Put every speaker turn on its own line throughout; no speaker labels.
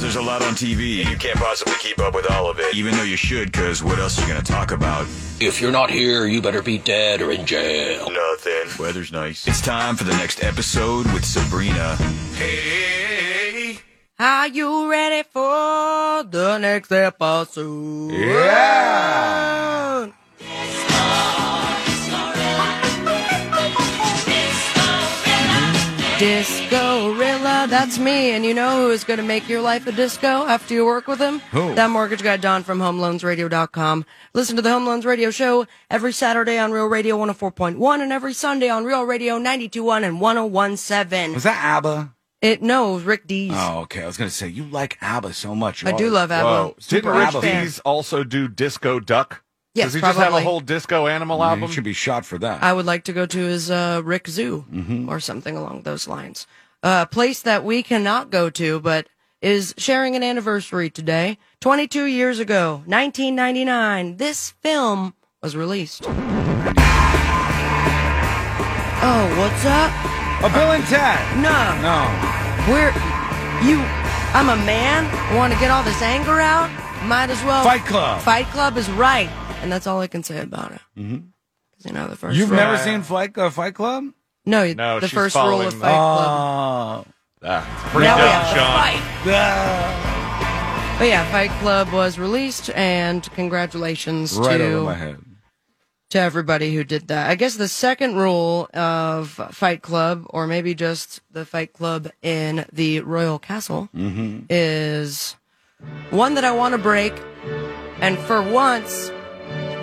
There's a lot on TV,
You can't possibly keep up with all of it.
even though you should, because what else are you going to talk about?
If you're not here, you better be dead or in jail.
Nothing.
Weather's nice. It's time for the next episode with Sabrina.
Hey.
Are you ready for the next episode? Yeah! Discorilla, that's me, and you know who is going to make your life a disco after you work with him?
Who?
That mortgage guy Don from HomeLoansRadio.com. Listen to the Home Loans Radio Show every Saturday on Real Radio 104.1 and every Sunday on Real Radio 92.1 and 101.7.
Was that ABBA?
It no, Rick D's.
Oh, okay. I was going to say, you like ABBA so much.
I do love ABBA.
Whoa.
Super
Didn't Rich
ABBA.
D's also do Disco Duck?
Yes,
Does he just have a
probably.
whole disco animal
ABBA.
album?
You should be shot for that.
I would like to go to is uh, Rick Zoo
Mm-hmm.
or something along those lines. A place that we cannot go to, but is sharing an anniversary today. 22 years ago, 1999, this film was released. Oh, what's up?
a Oh, Bill and Ted.
No,
No.
we're you. I'm a man. Want to get all this anger out? Might as well.
Fight Club.
Fight Club is right, and that's all I can say about it. Mm-hmm. You know the first.
You've
rule.
never seen Fight, uh, Fight Club?
No,
No,
the
she's
first rule of Fight
following the-
Club. Uh,
Oh.
Ah, it's pretty
now we
dumb,
have to
Sean.
fight. But yeah, Fight Club was released, and congratulations
Right over my
to
head.
to everybody who did that. I guess the second rule of Fight Club, or maybe just the Fight Club in the Royal Castle, is one that I want to break, and for once,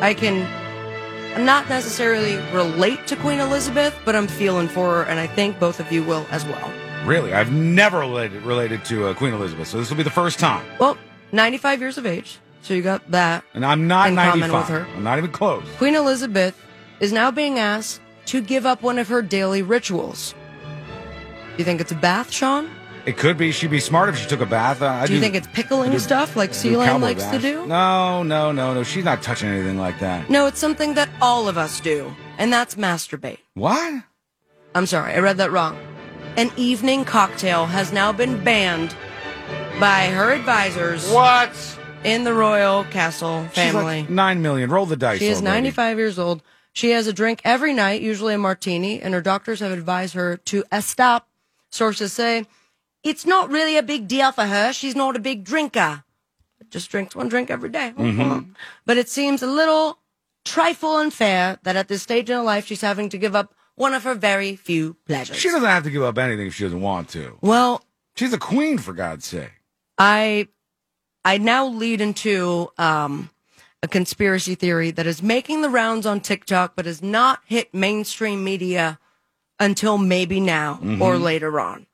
I can not necessarily relate to Queen Elizabeth, but I'm feeling for her, and I think both of you will as well.
Really? I've never related, related to uh, Queen Elizabeth, so this will be the first time.
Well, 95 years of age, so you got that.
And I'm not
In common
95.
with her.
I'm not even close.
Queen Elizabeth is now being asked to give up one of her daily rituals. You think it's a bath, Sean?
It could be she'd be smart if she took a bath. Uh, I
Do you think it's pickling
I do-
stuff like
I do
Sea Lane
cowboy
likes to
baths.
do?
No, no, no, no. She's not touching anything like that.
No, it's something that all of us do, and that's masturbate.
What?
I'm sorry, I read that wrong. An evening cocktail has now been banned by her advisors
What?
in the royal castle family.
She's like nine million. Roll the dice.
She is
old
95 years old. She has a drink every night, usually a martini, and her doctors have advised her to uh, stop. Sources say it's not really a big deal for her. She's not a big drinker. Just drinks one drink every day. But it seems a little trifle unfair that at this stage in her life, she's having to give up one of her very few pleasures.
Lady. She doesn't have to give up anything if she doesn't want to.
well,
She's a queen, for God's sake.
I I now lead into um, a conspiracy theory that is making the rounds on TikTok, but has not hit mainstream media until maybe now or later on.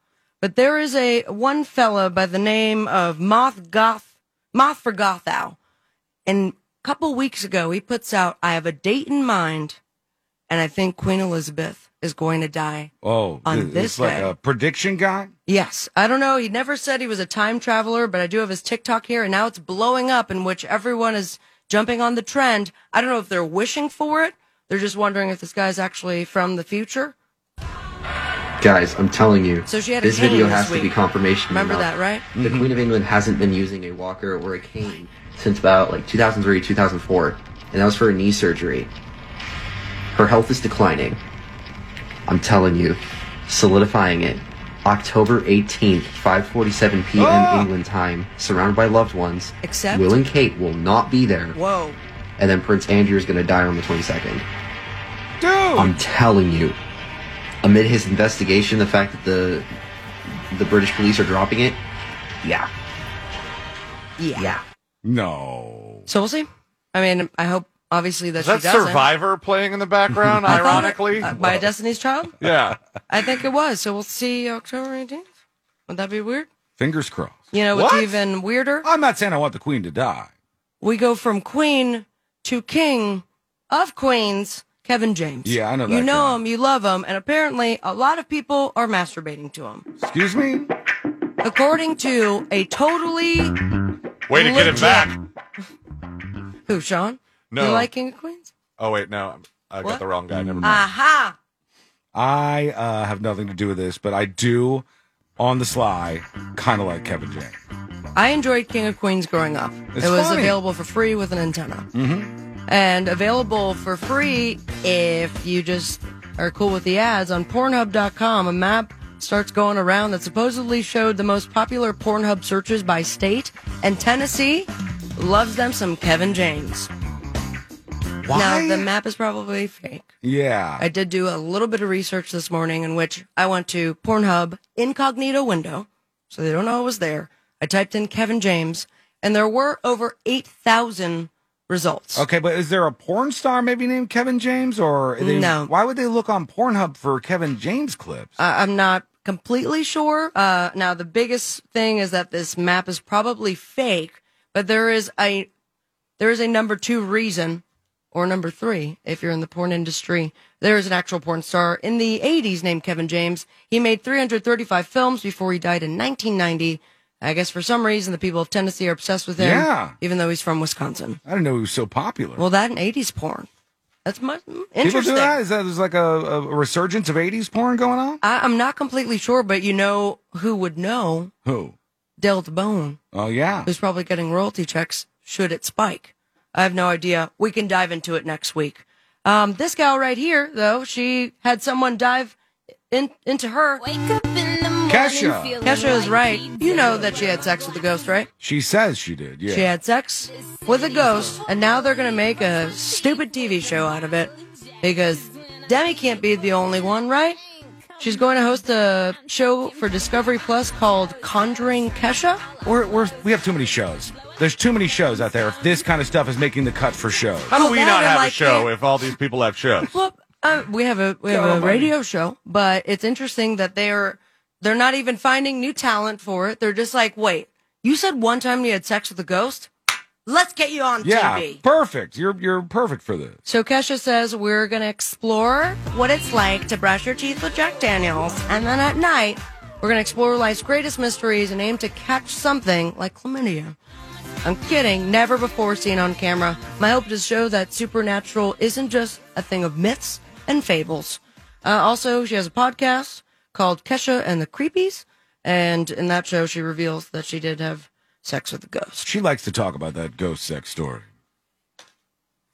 But there is a one fella by the name of Moth Goth Moth for Gothow, and a couple weeks ago he puts out, "I have a date in mind, and I think Queen Elizabeth is going to die
Oh,
On
th-
this
like
day.
a prediction guy.
Yes. I don't know. He never said he was a time traveler, but I do have his TikTok here, and now it's blowing up, in which everyone is jumping on the trend. I don't know if they're wishing for it. They're just wondering if this guy's actually from the future.
Guys, I'm telling you,
So she had a
this
cane
video
this
has to be
week.
confirmation.
Remember
enough.
that, right?
The Queen of England hasn't been using a walker or a cane since about like 2003, 2004, and that was for a knee surgery. Her health is declining. I'm telling you, solidifying it. October 18th, 5:47 p.m. England time, surrounded by loved ones.
Ah! Except-
Will and Kate will not be there,
Whoa.
and then Prince Andrew is going to die on the 22nd.
Dude,
I'm telling you, amid his investigation, the fact that the the British police are dropping it, yeah,
Yeah.
no.
So we'll see. I mean, I hope, obviously, that
Is that
she doesn't.
Survivor playing in the background,
I thought it-
ironically?
uh, by Destiny's Child?
yeah.
I think it was. So we'll see October 18th. Would that be weird?
Fingers crossed.
You know,
What?
it's even weirder.
I'm not saying I want the queen to die.
we go from queen to king of queens, Kevin James.
Yeah, I know
You
that
know
guy.
him, you love him, and apparently a lot of people are masturbating to him.
Excuse me.
According to a totally
Way to get it back.
who, Sean?
No.
You like King of Queens?
Oh, wait, no. I got
What?
the wrong guy. Never mind.
Aha!
Uh, I uh, have nothing to do with this, but I do, on the sly, kind of like Kevin James.
I enjoyed King of Queens growing up.
It's
it was
funny.
available for free with an antenna. Mm-hmm. And available for free if you just are cool with the ads on Pornhub.com. A map starts going around that supposedly showed the most popular Pornhub searches by state, and Tennessee loves them some Kevin James. Now, the map is probably fake.
yeah.
I did do a little bit of research this morning in which I went to Pornhub incognito window, so they don't know I was there. I typed in Kevin James, and there were over 8,000 results.
okay, but is there a porn star maybe named Kevin James or they,
No.
Why would they look on Pornhub for Kevin James clips?
I- I'm not completely sure. Uh, now, the biggest thing is that this map is probably fake, but there is a there is a number two reason, or number three, if you're in the porn industry. There is an actual porn star in the 80s named Kevin James. He made 335 films before he died in 1990. I guess for some reason the people of Tennessee are obsessed with him,
Yeah.
even though he's from Wisconsin.
I didn't know he was so popular.
Well, that and 80s porn. That's much mm, interesting.
People do that? Is that there's like a, a resurgence of 80s porn going on?
I, I'm not completely sure, but you know who would know?
Who?
Del Bone,
Oh, yeah.
who's probably getting royalty checks should it spike. I have no idea. We can dive into it next week. Um, this gal right here, though, she had someone dive in, into her.
Wake up in the morning
Kesha.
feeling
Kesha is
like
right.
pizza.
You know that she had sex with the ghost, right?
She says she did. Yeah.
She had sex with a ghost, and now they're going to make a stupid TV show out of it because Demi can't be the only one, right? She's going to host a show for Discovery Plus called Conjuring Kesha.
we're, we're, we have too many shows. There's too many shows out there. If this kind of stuff is making the cut for shows.
How do
Well,
we
that
not
I
have a
like
show
that.
if all these people have shows?
Well, uh, we have a we have a radio show, but it's interesting that they're they're not even finding new talent for it. They're just like, wait, you said one time you had sex with a ghost. Let's get you on
Yeah,
TV.
perfect. You're you're perfect for this.
So Kesha says we're going to explore what it's like to brush your teeth with Jack Daniels, and then at night we're going to explore life's greatest mysteries and aim to catch something like chlamydia. I'm kidding. Never before seen on camera. My hope is to show that supernatural isn't just a thing of myths and fables. Uh, also, she has a podcast called Kesha and the Creepies, and in that show, she reveals that she did have sex with a ghost.
She likes to talk about that ghost sex story.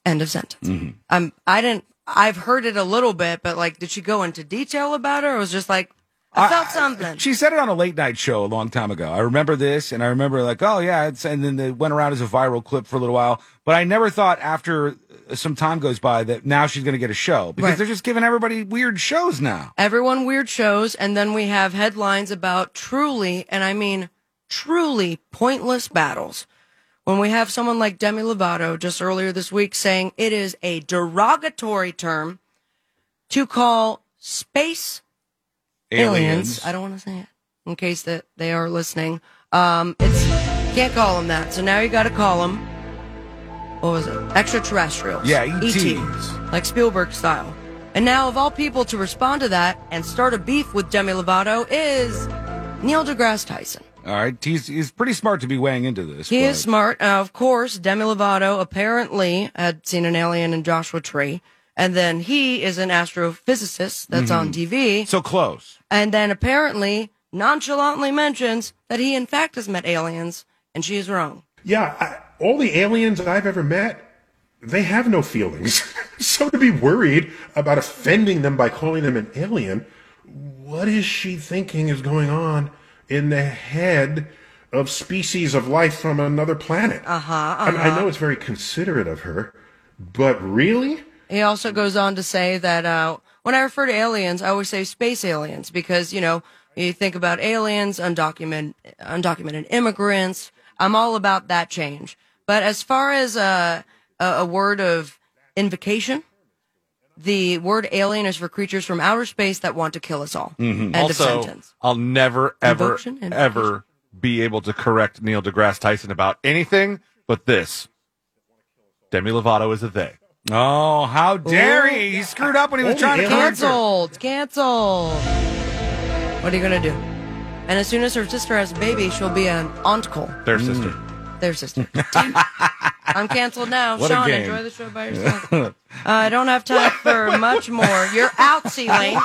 End of sentence. Um, I didn't. I've heard it a little bit, but like, did she go into detail about it? Or was just like, I, felt something.
She said it on a late night show a long time ago. I remember this, and I remember like, oh yeah, it's, and then it went around as a viral clip for a little while. But I never thought after uh, some time goes by that now she's going to get a show because
Right.
they're just giving everybody weird shows now.
Everyone weird shows, and then we have headlines about truly, and I mean truly pointless battles. When we have someone like Demi Lovato just earlier this week saying it is a derogatory term to call space aliens. I don't want to say it in case that they are listening. Um, it's can't call them that. So now you got to call them. What was it? Extraterrestrials.
Yeah, E ETs.
ET, like Spielberg style. And now, of all people to respond to that and start a beef with Demi Lovato is Neil deGrasse Tyson.
All right, he's he's pretty smart to be weighing into this.
He
but-
is smart. Uh, of course, Demi Lovato apparently had seen an alien in Joshua Tree. And then he is an astrophysicist that's on TV.
so close.
and then apparently nonchalantly mentions that he in fact has met aliens and she is wrong
Yeah, I, all the aliens I've ever met, they have no feelings. so to be worried about offending them by calling them an alien, what is she thinking is going on in the head of species of life from another planet? Uh huh. I, I know it's very considerate of her, but really?
he also goes on to say that uh, when i refer to aliens i always say space aliens because you know you think about aliens undocumented undocumented immigrants i'm all about that change but as far as uh, a, a word of invocation the word alien is for creatures from outer space that want to kill us all end of
also,
sentence
I'll never, ever,
Invocation and
ever be able to correct Neil deGrasse Tyson about anything but this. Demi Lovato is a they.
Oh, how dare he? He screwed up when he was
Oh,
trying to
yeah.
correct her.
Canceled. Canceled. What are you going to do? And as soon as her sister has a baby, she'll be an uncle.
Their sister.
Their sister. Damn it. I'm canceled now.
What a
Sean,
game.
enjoy the show by yourself. uh, I don't have time for much more. You're out, Celine.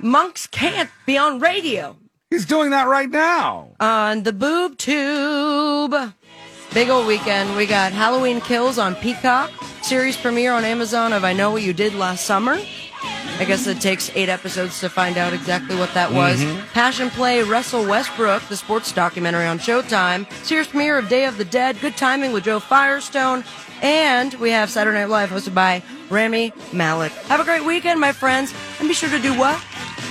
Monks can't be on radio.
He's doing that right now.
on the boob tube. Big old weekend. We got Halloween Kills on Peacock, series premiere on Amazon of I Know What You Did Last Summer. I guess it takes eight episodes to find out exactly what that was. Passion Play, Russell Westbrook, the sports documentary on Showtime, series premiere of Day of the Dead, Good Timing with Joe Firestone, and we have Saturday Night Live hosted by Rami Malik. Have a great weekend, my friends, and be sure to do what?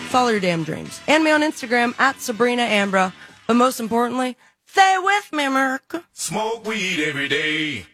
Follow your damn dreams. And me on Instagram at Sabrina Ambra. But most importantly, stay with me, America.
Smoke weed every day.